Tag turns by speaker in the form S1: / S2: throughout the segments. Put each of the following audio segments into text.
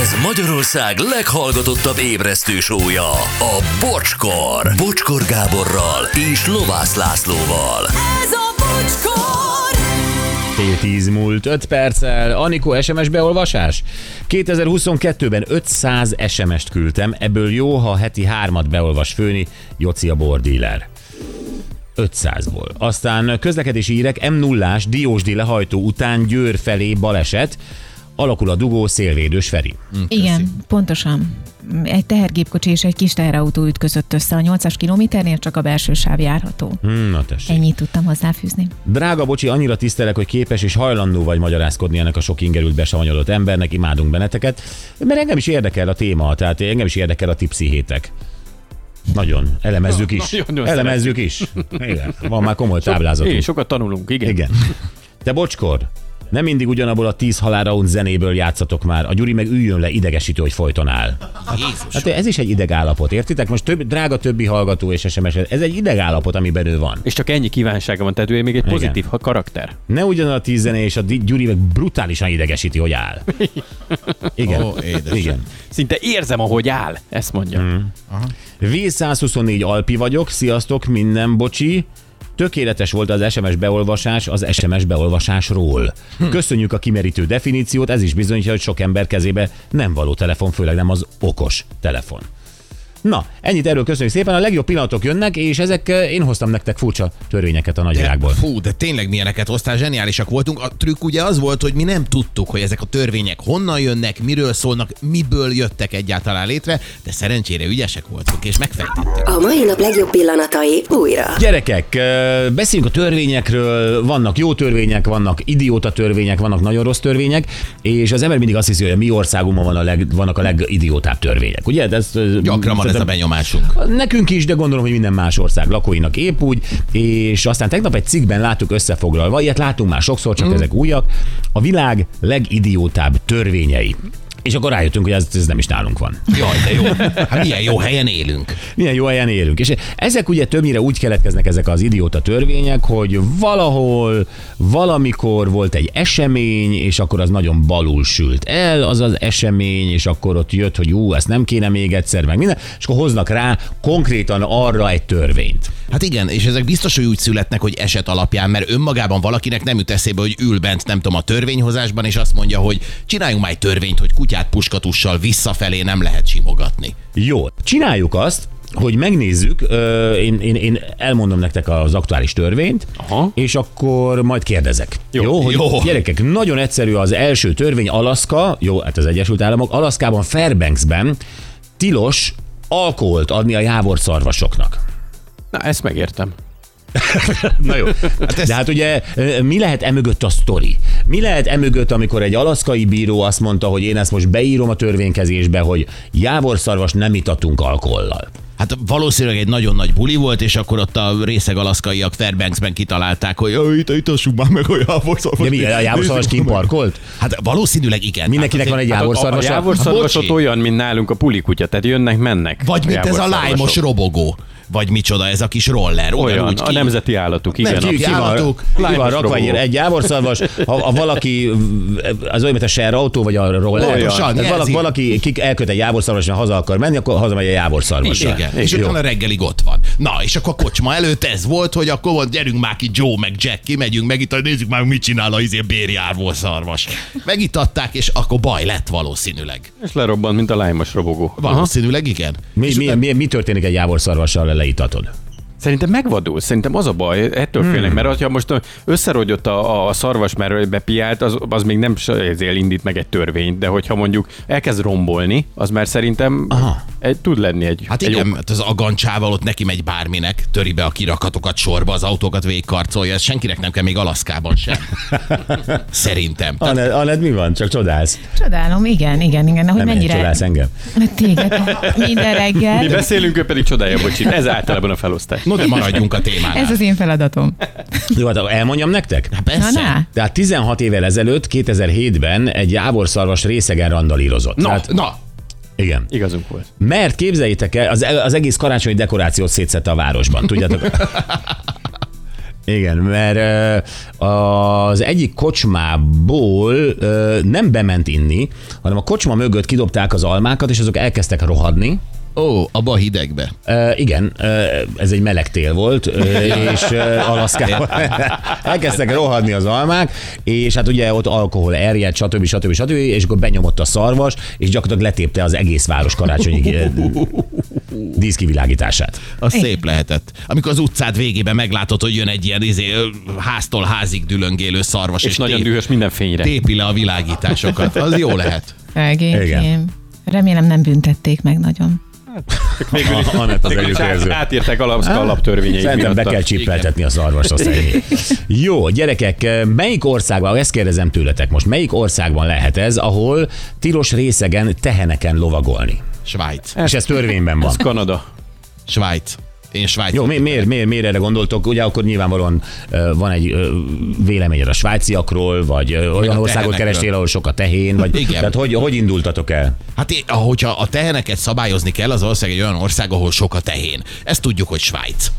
S1: Ez Magyarország leghallgatottabb ébresztő sója, a Bocskor. Bocskor Gáborral és Lovász Lászlóval.
S2: Ez a bocskor!
S3: P10 múlt 5 perccel. Anikó, SMS beolvasás? 2022-ben 500 SMS-t küldtem, ebből jó, ha heti hármat beolvas főni, Joci a bordíler. 500-ból. Aztán közlekedési hírek M0-ás Diósdi lehajtó után Győr felé baleset, alakul a dugó szélvédős Feri.
S4: Igen, pontosan. Egy tehergépkocsi és egy kis teherautó ütközött össze a 8-as kilométernél, csak a belső sáv járható.
S3: Hmm, Na tessék.
S4: Ennyit tudtam hozzáfűzni.
S3: Drága bocsi, annyira tisztelek, hogy képes és hajlandó vagy magyarázkodni ennek a sok ingerült besavanyodott embernek, imádunk benneteket, mert engem is érdekel a téma, tehát engem is érdekel a ti pszichétek. Nagyon, elemezzük is.
S5: Nagyon
S3: elemezzük is. Igen, van már komoly
S5: Igen,
S3: táblázatunk.
S5: sokat tanulunk, igen.
S3: Igen. Te bocskor, nem mindig ugyanabból a tíz halálraun zenéből játszatok már. A Gyuri meg üljön le idegesítő, hogy folyton áll. Hát ez is egy idegállapot, értitek? Most több, drága többi hallgató és SMS, ez egy idegállapot, amiben ő van.
S5: És csak ennyi kívánsága van, tehát ő még egy pozitív ha- karakter.
S3: Ne ugyanaz a tíz zene, és a Di- Gyuri meg brutálisan idegesíti, hogy áll. Igen.
S6: Ó, édesem.
S3: Igen.
S5: Szinte érzem, ahogy áll, ezt mondja. Mm.
S3: V124 Alpi vagyok, sziasztok, minden bocsi. Tökéletes volt az SMS beolvasás az SMS beolvasásról.
S6: Hm.
S3: Köszönjük a kimerítő definíciót, ez is bizonyítja, hogy sok ember kezébe nem való telefon, főleg nem az okos telefon. Na, ennyit erről köszönjük szépen, a legjobb pillanatok jönnek, és ezek, eh, én hoztam nektek furcsa törvényeket a nagyvilágból.
S6: Fú, de tényleg milyeneket hoztál, zseniálisak voltunk. A trükk ugye az volt, hogy mi nem tudtuk, hogy ezek a törvények honnan jönnek, miről szólnak, miből jöttek egyáltalán létre, de szerencsére ügyesek voltunk, és megfejtettük.
S7: A mai nap legjobb pillanatai újra.
S3: Gyerekek, ö, beszéljünk a törvényekről, vannak jó törvények, vannak idióta törvények, vannak nagyon rossz törvények, és az ember mindig azt hiszi, hogy a mi országunkban van a leg, vannak a legidiótább törvények, ugye? De ezt, ö,
S6: Gyakran van ez a
S3: szerintem-
S6: benyomásunk.
S3: Nekünk is, de gondolom, hogy minden más ország lakóinak épp úgy, és aztán tegnap egy cikkben láttuk összefoglalva, ilyet látunk már sokszor, csak mm. ezek újak, a világ legidiótább törvényei. És akkor rájöttünk, hogy ez, ez nem is nálunk van.
S6: Jaj, de jó. Hát milyen jó helyen élünk.
S3: Milyen jó helyen élünk. És ezek ugye többnyire úgy keletkeznek ezek az idióta törvények, hogy valahol, valamikor volt egy esemény, és akkor az nagyon balul sült el az az esemény, és akkor ott jött, hogy ú, ezt nem kéne még egyszer, meg minden, és akkor hoznak rá konkrétan arra egy törvényt.
S6: Hát igen, és ezek biztos, hogy úgy születnek, hogy eset alapján, mert önmagában valakinek nem jut eszébe, hogy ül bent, nem tudom, a törvényhozásban, és azt mondja, hogy csináljunk már egy törvényt, hogy kutyát puskatussal visszafelé nem lehet simogatni.
S3: Jó, csináljuk azt, hogy megnézzük, ö, én, én, én elmondom nektek az aktuális törvényt,
S5: Aha.
S3: és akkor majd kérdezek. Jó, jó, hogy
S6: jó.
S3: Gyerekek, nagyon egyszerű az első törvény, Alaszka, jó, hát az Egyesült Államok, Alaszkában, Fairbanksben tilos alkoholt adni a jávorszarvasoknak.
S5: Na, ezt megértem.
S3: Na jó. Hát ez... De hát ugye ö, mi lehet emögött a sztori? Mi lehet emögött, amikor egy alaszkai bíró azt mondta, hogy én ezt most beírom a törvénykezésbe, hogy jávorszarvas nem itatunk alkohollal?
S6: Hát valószínűleg egy nagyon nagy buli volt, és akkor ott a részeg alaszkaiak Fairbanksben kitalálták, hogy "Jaj, itt itassuk már meg a
S3: De
S6: jávorszarvas.
S3: mi, a jávorszarvas kimparkolt?
S6: Hát valószínűleg igen.
S3: Mindenkinek
S6: hát,
S3: van egy
S5: Hát a-
S3: jávorszarvasa?
S5: A jávorszarvas
S6: Bocsi.
S5: ott olyan, mint nálunk a pulikutya, tehát jönnek, mennek.
S6: Vagy mint ez a lájmos
S5: jávorszarvasok.
S6: robogó. Vagy micsoda ez a kis roller.
S5: Olyan,
S6: ugyanúgy
S5: a
S6: ki-
S5: nemzeti állatuk, igen.
S6: Nem,
S3: Ki, ki, van,
S6: Állatok,
S3: ki van
S5: lájmos
S3: rakva
S5: robogó.
S3: egy, egy jávorszarvas, ha, ha valaki, az olyan, mint a share autó, vagy a roller,
S6: Olyan,
S3: tehát
S6: jelzi.
S3: valaki, valaki kik elköt egy jávorszarvas, mert haza akar menni, akkor hazamegy a jávorszarvassal.
S6: Igen, és
S3: Jó.
S6: utána reggelig ott van. Na, és akkor a kocsma előtt ez volt, hogy akkor volt, gyerünk már ki Joe meg Jack, kimegyünk meg itt, nézzük már, mit csinál a izé bérjárvó szarvas. Megitatták, és akkor baj lett valószínűleg.
S5: És lerobbant, mint a lájmos robogó.
S6: Valószínűleg igen.
S3: Mi, mi, mi, mi, történik egy jávorszarvassal, ha leítatod?
S5: Szerintem megvadul, szerintem az a baj, ettől hmm. félnek, mert ha most összerogyott a, a szarvas, mert bepiált, az, az még nem s- ezért indít meg egy törvényt, de hogyha mondjuk elkezd rombolni, az már szerintem Aha. Egy, tud lenni egy,
S6: Hát
S5: egy
S6: igen,
S5: ok.
S6: mert az agancsával ott neki megy bárminek, töri be a kirakatokat sorba, az autókat végigkarcolja, ez senkinek nem kell még Alaszkában sem. Szerintem.
S3: Aned, Aned, mi van? Csak csodálsz.
S4: Csodálom, igen, igen, igen,
S3: Nem én
S4: hogy Hát mennyire...
S3: csodálsz engem.
S4: Téged minden
S5: Mi
S4: reggel.
S5: beszélünk, ő pedig csodálja, bocsit. Ez általában a felosztás.
S6: No, de maradjunk a témánál.
S4: Ez az én feladatom.
S3: Jó, hát elmondjam nektek?
S4: Na,
S6: Persze.
S4: na.
S3: Tehát 16 évvel ezelőtt, 2007-ben egy jávorszarvas részegen randalírozott.
S6: Na,
S5: Hát-
S3: Tehát,
S6: na,
S3: igen.
S5: Igazunk volt.
S3: Mert képzeljétek el, az, az egész karácsonyi dekorációt szétszette a városban, tudjátok? Igen, mert ö, az egyik kocsmából ö, nem bement inni, hanem a kocsma mögött kidobták az almákat, és azok elkezdtek rohadni.
S6: Ó, abba a hidegbe.
S3: Ö, igen, ö, ez egy meleg tél volt, ö, és ö, Alaszkában elkezdtek rohadni az almák, és hát ugye ott alkohol erjedt, stb. stb. stb. és akkor benyomott a szarvas, és gyakorlatilag letépte az egész város karácsonyi ö, díszkivilágítását.
S6: Az szép lehetett. Amikor az utcád végében meglátod, hogy jön egy ilyen izé, ö, háztól házig dülöngélő szarvas, és,
S5: És nagyon
S6: tép,
S5: dühös minden fényre.
S6: tépi le a világításokat. Az jó lehet.
S3: Igen.
S4: Egészém. Remélem nem büntették meg nagyon.
S5: Végül is,
S3: Anett az
S5: végül is át,
S3: előkérző.
S5: átírták alapszka alaptörvényeit.
S3: Szerintem be
S5: miatta.
S3: kell csippeltetni a szarvast, azt ennyi. Jó, gyerekek, melyik országban, ezt kérdezem tőletek most, melyik országban lehet ez, ahol tilos részegen, teheneken lovagolni?
S6: Svájc.
S3: És ez törvényben van.
S5: Kanada.
S6: Svájc. Én Svájc.
S3: Jó, mi, miért, miért, miért erre gondoltok? Ugye akkor nyilvánvalóan ö, van egy ö, véleményed a svájciakról, vagy ö, olyan országot
S6: tehenekről.
S3: kerestél, ahol sok a tehén, vagy
S6: Igen.
S3: tehát hogy, hogy indultatok el?
S6: Hát é- hogyha a teheneket szabályozni kell, az ország egy olyan ország, ahol sok a tehén. Ezt tudjuk, hogy Svájc.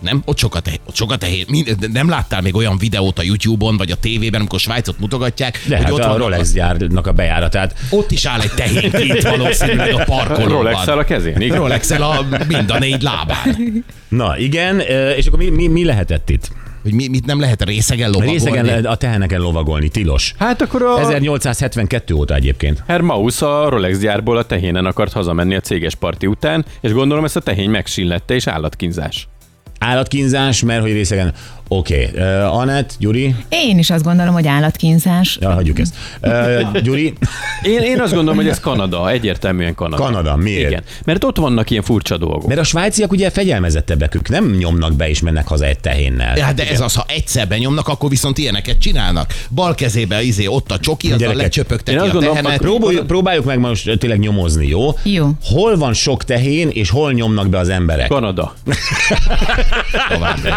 S6: Nem? Ott sok a, tehén, ott sok a tehén. Mind, de nem láttál még olyan videót a YouTube-on vagy a tévében, amikor Svájcot mutogatják,
S3: De
S6: hogy
S3: hát
S6: ott
S3: a
S6: vannak
S3: Rolex gyárnak a bejáratát.
S6: Ott is áll egy tehén kint valószínűleg a parkolóban.
S5: rolex a kezén. Igen.
S6: rolex a mind a négy lábán.
S3: Na igen, ö, és akkor mi, mi, mi lehetett itt?
S6: Hogy mi, mit nem lehet részegen lovagolni?
S3: Részegen le- a teheneken lovagolni, tilos.
S5: Hát akkor a
S3: 1872 óta egyébként.
S5: Hermaus a Rolex gyárból a tehénen akart hazamenni a céges parti után, és gondolom ezt a tehén megsillette, és állatkínzás.
S3: Állatkínzás, mert hogy részegen... Oké, okay. uh, Anett, Gyuri,
S4: Én is azt gondolom, hogy állatkínzás.
S3: ja, hagyjuk ezt. Uh, Gyuri,
S5: Én, én azt gondolom, hogy ez Kanada, egyértelműen Kanada.
S3: Kanada, miért?
S5: Igen, mert ott vannak ilyen furcsa dolgok.
S3: Mert a svájciak ugye fegyelmezettebbek, ők nem nyomnak be és mennek haza egy tehénnel.
S6: Hát de ez az, ha egyszer benyomnak, akkor viszont ilyeneket csinálnak. Bal kezébe izé, ott a csoki, azzal
S3: Gyerekek,
S6: lecsöpögteti
S5: én azt
S6: a
S5: gondolom,
S6: tehenet.
S3: Próbáljuk, próbáljuk meg most tényleg nyomozni, jó?
S4: Jó.
S3: Hol van sok tehén, és hol nyomnak be az emberek?
S5: Kanada.
S6: Továbbra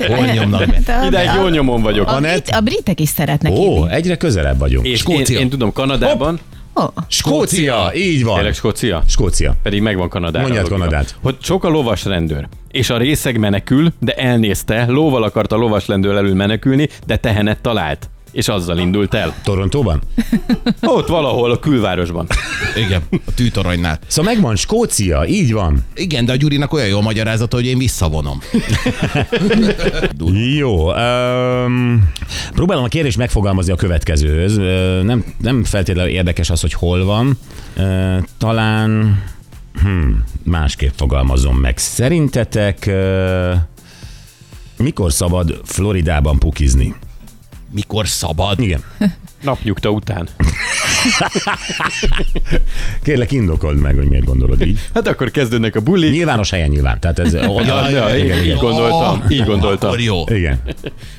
S6: is. Hol nyomnak be?
S4: Hát a-
S5: Ideig jó nyomon vagyok.
S4: A, brit, a britek is szeretnek
S3: Ó,
S4: inni.
S3: egyre közelebb vagyunk.
S5: És én,
S6: Skócia.
S5: én tudom, Kanadában,
S4: Ó,
S3: Skócia, így van.
S5: tényleg Skócia,
S3: Skócia.
S5: pedig megvan Kanadában.
S3: Mondjad
S5: logika.
S3: Kanadát.
S5: Hogy sok a lovas rendőr, és a részeg menekül, de elnézte, lóval akart a lovas rendőr elől menekülni, de tehenet talált és azzal indult el.
S3: Torontóban?
S5: Ott valahol a külvárosban.
S6: Igen, a tűtoronynál.
S3: Szóval megvan, Skócia, így van.
S6: Igen, de a Gyurinak olyan jó magyarázata, hogy én visszavonom.
S3: Jó. Um, próbálom a kérdést megfogalmazni a következőhöz. Ö, Nem, nem feltétlenül érdekes az, hogy hol van. Ö, Talán hmm, másképp fogalmazom meg. Szerintetek ö, mikor szabad Floridában pukizni?
S6: Mikor szabad?
S3: Igen.
S5: Napnyugta után.
S3: Kérlek, indokold meg, hogy miért gondolod így.
S5: Hát akkor kezdődnek a buli.
S3: Nyilvános helyen nyilván. Tehát ez
S5: Ja, ja, igen, így gondoltam, így gondoltam.
S6: Ah, Akkor jó.
S3: Igen.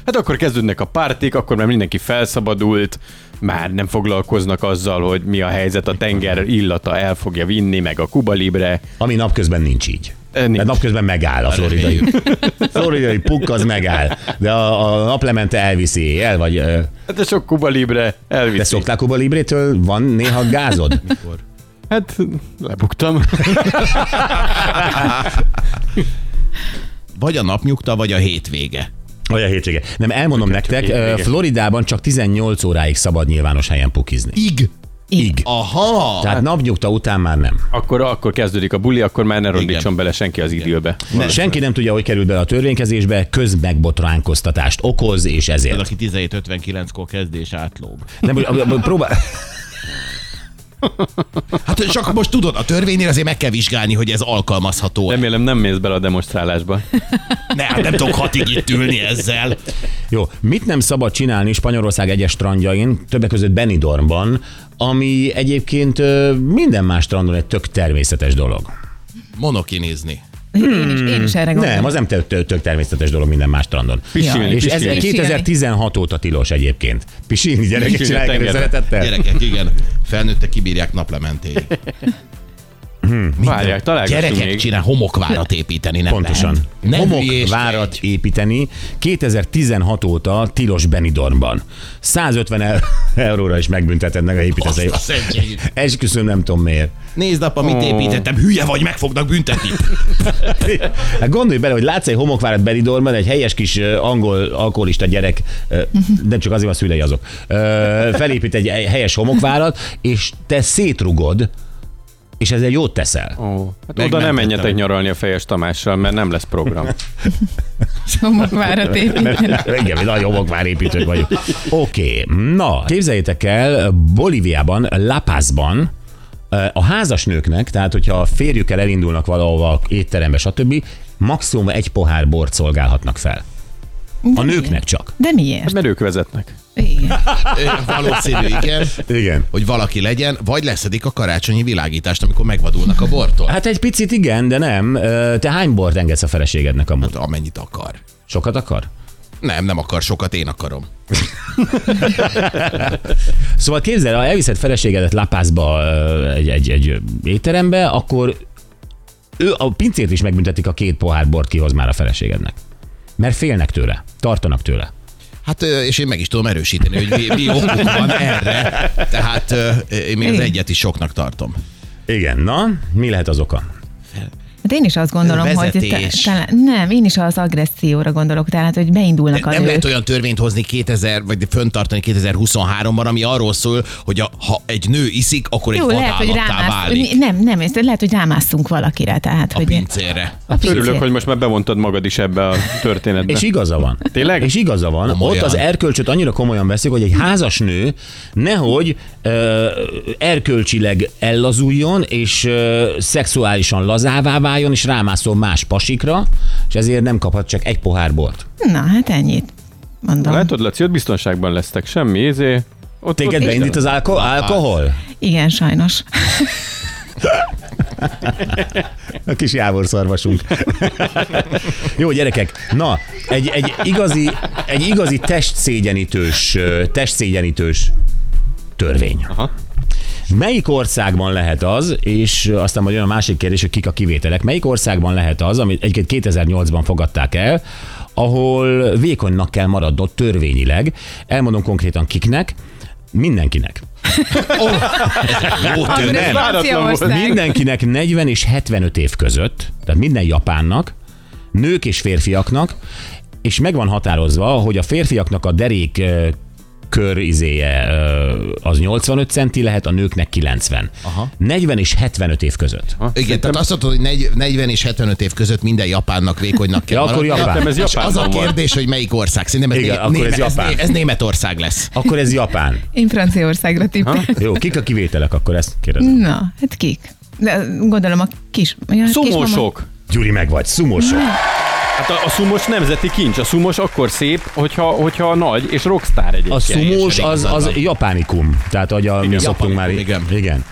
S5: Hát akkor kezdődnek a pártik, akkor már mindenki felszabadult, már nem foglalkoznak azzal, hogy mi a helyzet, a tenger illata el fogja vinni, meg a Kuba Libre.
S3: Ami napközben nincs így.
S5: E, nincs.
S3: Tehát napközben megáll a floridai. floridai pukk az megáll. De a, a naplemente elviszi, el vagy... ö,
S5: Hát a sok Kuba Libre
S3: Te
S5: elviszi.
S3: szoktál Kuba Librétől? Van néha gázod?
S5: Hát lebuktam.
S6: Vagy a napnyugta, vagy a hétvége.
S3: Vagy a hétvége. Nem, elmondom nektek, ö, Floridában csak 18 óráig szabad nyilvános helyen pukizni.
S6: Ig.
S4: Ig.
S6: Aha.
S3: Tehát napnyugta után már nem.
S5: Akkor, akkor kezdődik a buli, akkor már ne rondítson bele senki az időbe.
S3: nem. Senki nem tudja, hogy került bele a törvénykezésbe, közmegbotránkoztatást okoz, és
S6: Az,
S3: ezért.
S6: aki 17.59-kor kezdés átlóg.
S3: Nem, hogy- a- a- próbál...
S6: Hát és akkor most tudod, a törvénynél azért meg kell vizsgálni, hogy ez alkalmazható. Nem,
S5: Remélem nem mész bele a demonstrálásba.
S6: ne, hát nem tudok hatig itt ülni ezzel.
S3: Jó, mit nem szabad csinálni Spanyolország egyes strandjain, többek között Benidormban, ami egyébként ö, minden más strandon egy tök természetes dolog.
S6: Monokinizni.
S4: Én is, én is erre gondolom.
S3: Nem, az nem tök, tök tök természetes dolog minden más strandon.
S5: Pisilni,
S3: És ez
S5: pisilni.
S4: Pisilni.
S3: 2016 óta tilos egyébként. Pisilni gyerekek
S5: Pisilni
S3: csinálják elő
S5: tengerbe.
S3: szeretettel.
S6: Gyerekek, igen. Felnőttek kibírják naplementéig.
S5: Várják, találkozunk
S6: Gyerekek
S5: még.
S6: csinál homokvárat építeni, nem
S3: Pontosan.
S6: Lehet. Nem hülyés
S3: Homokvárat építeni 2016 óta tilos Benidormban. 150 eur- euróra is megbüntetednek, a
S6: Azt
S3: építesz.
S6: a szentjeit.
S3: Esküszöm, nem tudom miért.
S6: Nézd, apa, mit építettem, hülye vagy, meg fognak büntetni.
S3: Hát gondolj bele, hogy látsz egy homokvárat Benidormban, egy helyes kis ö, angol alkoholista gyerek, ö, nem csak azért, mert a szülei azok, ö, felépít egy helyes homokvárat, és te szétrugod, és ezzel jót teszel.
S5: Ó, hát oda
S6: Megmentettem.
S5: nem menjetek nyaralni a Fejes Tamással, mert nem lesz program. Hát
S4: Homokvárat építeni.
S3: Igen, mi nagy homokvár építők vagyunk. Oké, okay, na, képzeljétek el, Bolíviában, La Pazban, a házasnőknek, tehát hogyha a férjükkel elindulnak valahova étterembe, stb., maximum egy pohár bort szolgálhatnak fel. A nőknek csak.
S4: De miért?
S5: Mert ők vezetnek.
S4: Igen.
S6: Ö, Valószínű, igen.
S3: Igen.
S6: Hogy valaki legyen, vagy leszedik a karácsonyi világítást, amikor megvadulnak a bortól.
S3: Hát egy picit igen, de nem. Ö, Te hány bort engedsz a feleségednek amúgy?
S6: Hát, Amennyit akar.
S3: Sokat akar?
S6: Nem, nem akar sokat, én akarom.
S3: Szóval képzeld, el, ha elviszed feleségedet lapászba ö, egy, egy, egy étterembe, akkor ő a pincét is megbüntetik, a két pohár bort kihoz már a feleségednek. Mert félnek tőle, tartanak tőle.
S6: Hát, ö, és én meg is tudom erősíteni, hogy mi, mi okuk van erre. Tehát ö, én még az egyet is soknak tartom.
S3: Igen, na, mi lehet az oka?
S4: Hát én is azt gondolom, hogy
S6: Vezetés.
S4: talán, nem, én is az agresszióra gondolok, tehát, hogy beindulnak a
S6: Nem
S4: nők.
S6: lehet olyan törvényt hozni 2000, vagy föntartani 2023-ban, ami arról szól, hogy a, ha egy nő iszik, akkor egy
S4: Jó, lehet, hogy
S6: vadállattá
S4: rámász,
S6: válik
S4: nem, nem, ez lehet, hogy rámászunk valakire, tehát,
S6: a
S4: hogy
S6: pincére.
S4: a pincér.
S5: Örülök, hogy most már bevontad magad is ebbe a történetbe.
S3: És igaza van.
S5: Tényleg?
S3: És igaza van.
S6: Komolyan.
S3: Ott az erkölcsöt annyira komolyan veszik, hogy egy házas nő nehogy ö, erkölcsileg ellazuljon, és ö, szexuálisan lazává váljon, és rámászol más pasikra, és ezért nem kaphat csak egy pohár bort.
S4: Na, hát ennyit mondom.
S5: Látod, Laci, ott biztonságban lesztek, semmi izé. Ott,
S3: Téged
S5: ott
S3: beindít az alko- alkohol?
S4: Igen, sajnos.
S3: A kis Jávor szarvasunk. Jó, gyerekek, na, egy, egy igazi, egy igazi testszégyenítős, ö, testszégyenítős törvény. Aha. Melyik országban lehet az, és aztán majd jön a másik kérdés, hogy kik a kivételek, melyik országban lehet az, amit egyébként 2008-ban fogadták el, ahol vékonynak kell maradnod törvényileg, elmondom konkrétan kiknek, mindenkinek.
S6: Jó törvény.
S5: Nem. Váratlan volt.
S3: Mindenkinek 40 és 75 év között, tehát minden japánnak, nők és férfiaknak, és meg van határozva, hogy a férfiaknak a derék ö, kör izéje ö, az 85 centi lehet, a nőknek 90. Aha. 40 és 75 év között.
S5: Aha,
S6: Igen, tehát azt mondod, hogy negy- 40 és 75 év között minden japánnak vékonynak kell
S3: Ja, akkor
S6: maradnia.
S3: japán.
S5: Szerintem ez
S6: És az a
S5: Japánban van.
S6: kérdés, hogy melyik ország. Szerintem ez,
S3: Igen,
S6: né-
S3: akkor ez
S6: német,
S3: Japán.
S6: Ez, ez Németország lesz.
S3: Akkor ez Japán.
S4: Én Franciaországra tippeltem.
S3: Jó, kik a kivételek, akkor ezt kérdezem.
S4: Na, hát kik? De gondolom a kis... Ja, a kismama-
S5: Szumosok.
S3: Gyuri, meg vagy, szumosok.
S5: Hát a, a szumos nemzeti kincs. A szumos akkor szép, hogyha, hogyha nagy, és rockstar egyébként.
S3: A szumós
S6: teljesen
S3: az,
S6: igazad
S3: az
S6: van.
S3: japánikum, tehát ahogy a, mi szoktunk már.
S6: japánikum,
S3: igen.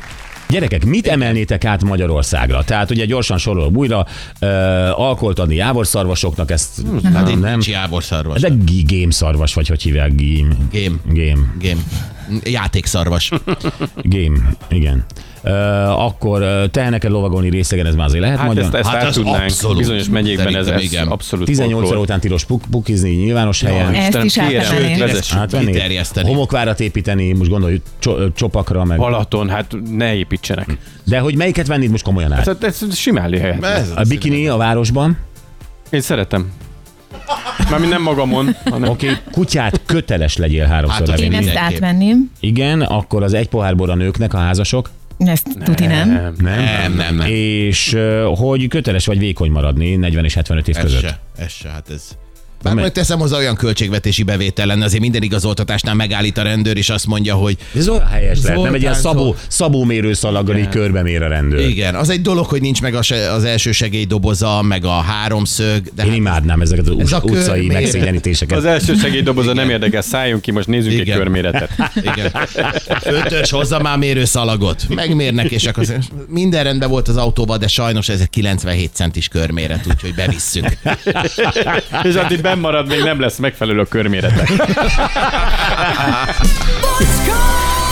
S3: Gyerekek, mit emelnétek át Magyarországra? Tehát ugye gyorsan sorolom újra, ö, alkoholt adni jávorszarvasoknak, ezt
S6: Hát
S3: nem,
S6: én
S3: nem.
S6: nem. Csiábor szarvas.
S3: De g- game szarvas, vagy hogy hívják? Game.
S6: Game.
S3: Game.
S6: Game. Játékszarvas.
S3: Game. Igen. Ö, akkor ö, teheneket lovagolni részegen, ez már azért lehet
S5: Hát
S3: magyar.
S5: ezt, ezt
S6: Hát
S5: hát át
S6: az
S5: tudnánk.
S6: abszolút.
S5: Bizonyos megyékben ez,
S6: Szerintem
S5: ez
S6: igen.
S5: abszolút
S3: 18 óra
S5: folklór.
S3: után tilos puk- pukizni nyilvános helyen.
S5: Istenem,
S4: Ezt is
S5: kérem,
S4: átemelni.
S5: sőt, vezessük.
S3: Átvenni?
S6: kiterjeszteni.
S3: Homokvárat építeni, most gondolj, cso- csopakra meg.
S5: Balaton, hát ne
S6: Hm.
S5: építsenek.
S3: De hogy melyiket vennéd most komolyan át?
S5: Tehát ez simán lehet.
S6: Ez
S3: A bikini a városban,
S5: Én szeretem. Mármint nem magamon, hanem
S3: oké, okay, kutyát köteles legyél háromszor
S6: Hát,
S3: hát,
S6: az
S4: Én
S3: levinni.
S6: igen.
S4: ezt
S6: Mindenképp.
S4: átvenném.
S3: Igen, akkor az egy pohár bor a nőknek, a házasok.
S4: Ezt tuti nem.
S3: Nem?
S6: Nem, nem, nem.
S3: És ö, hogy köteles vagy vékony maradni 40 és 75 év
S6: Ez
S3: között.
S6: se, ez se, hát ez. Bár majd teszem hozzá olyan költségvetési bevétel lenne, azért minden igazoltatásnál megállít a rendőr, és azt mondja, hogy
S3: Ez olyan helyes lehet, nem
S6: Zoltán
S3: egy ilyen szabó, szabó mérőszalaggal így körbe mér a rendőr.
S6: igen, az egy dolog, hogy nincs meg a se- az első segélydoboza, meg a háromszög, de
S3: Én
S6: hát
S3: imádnám ezeket az
S6: Ez a
S3: ut-
S6: kör
S3: utcai
S6: mér-
S3: megszégyenítéseket.
S5: az első segélydoboza nem érdekel, szálljunk ki, most nézzük
S6: Igen.
S5: egy körméretet.
S6: igen. Ötös, hozza már mérőszalagot. Megmérnek, és akkor azt- minden rendben volt az autóban, de sajnos ez egy 97 centis körméret, úgyhogy bevisszük.
S5: És addig benn marad, még nem lesz megfelelő a körmérete.
S2: Bocskor!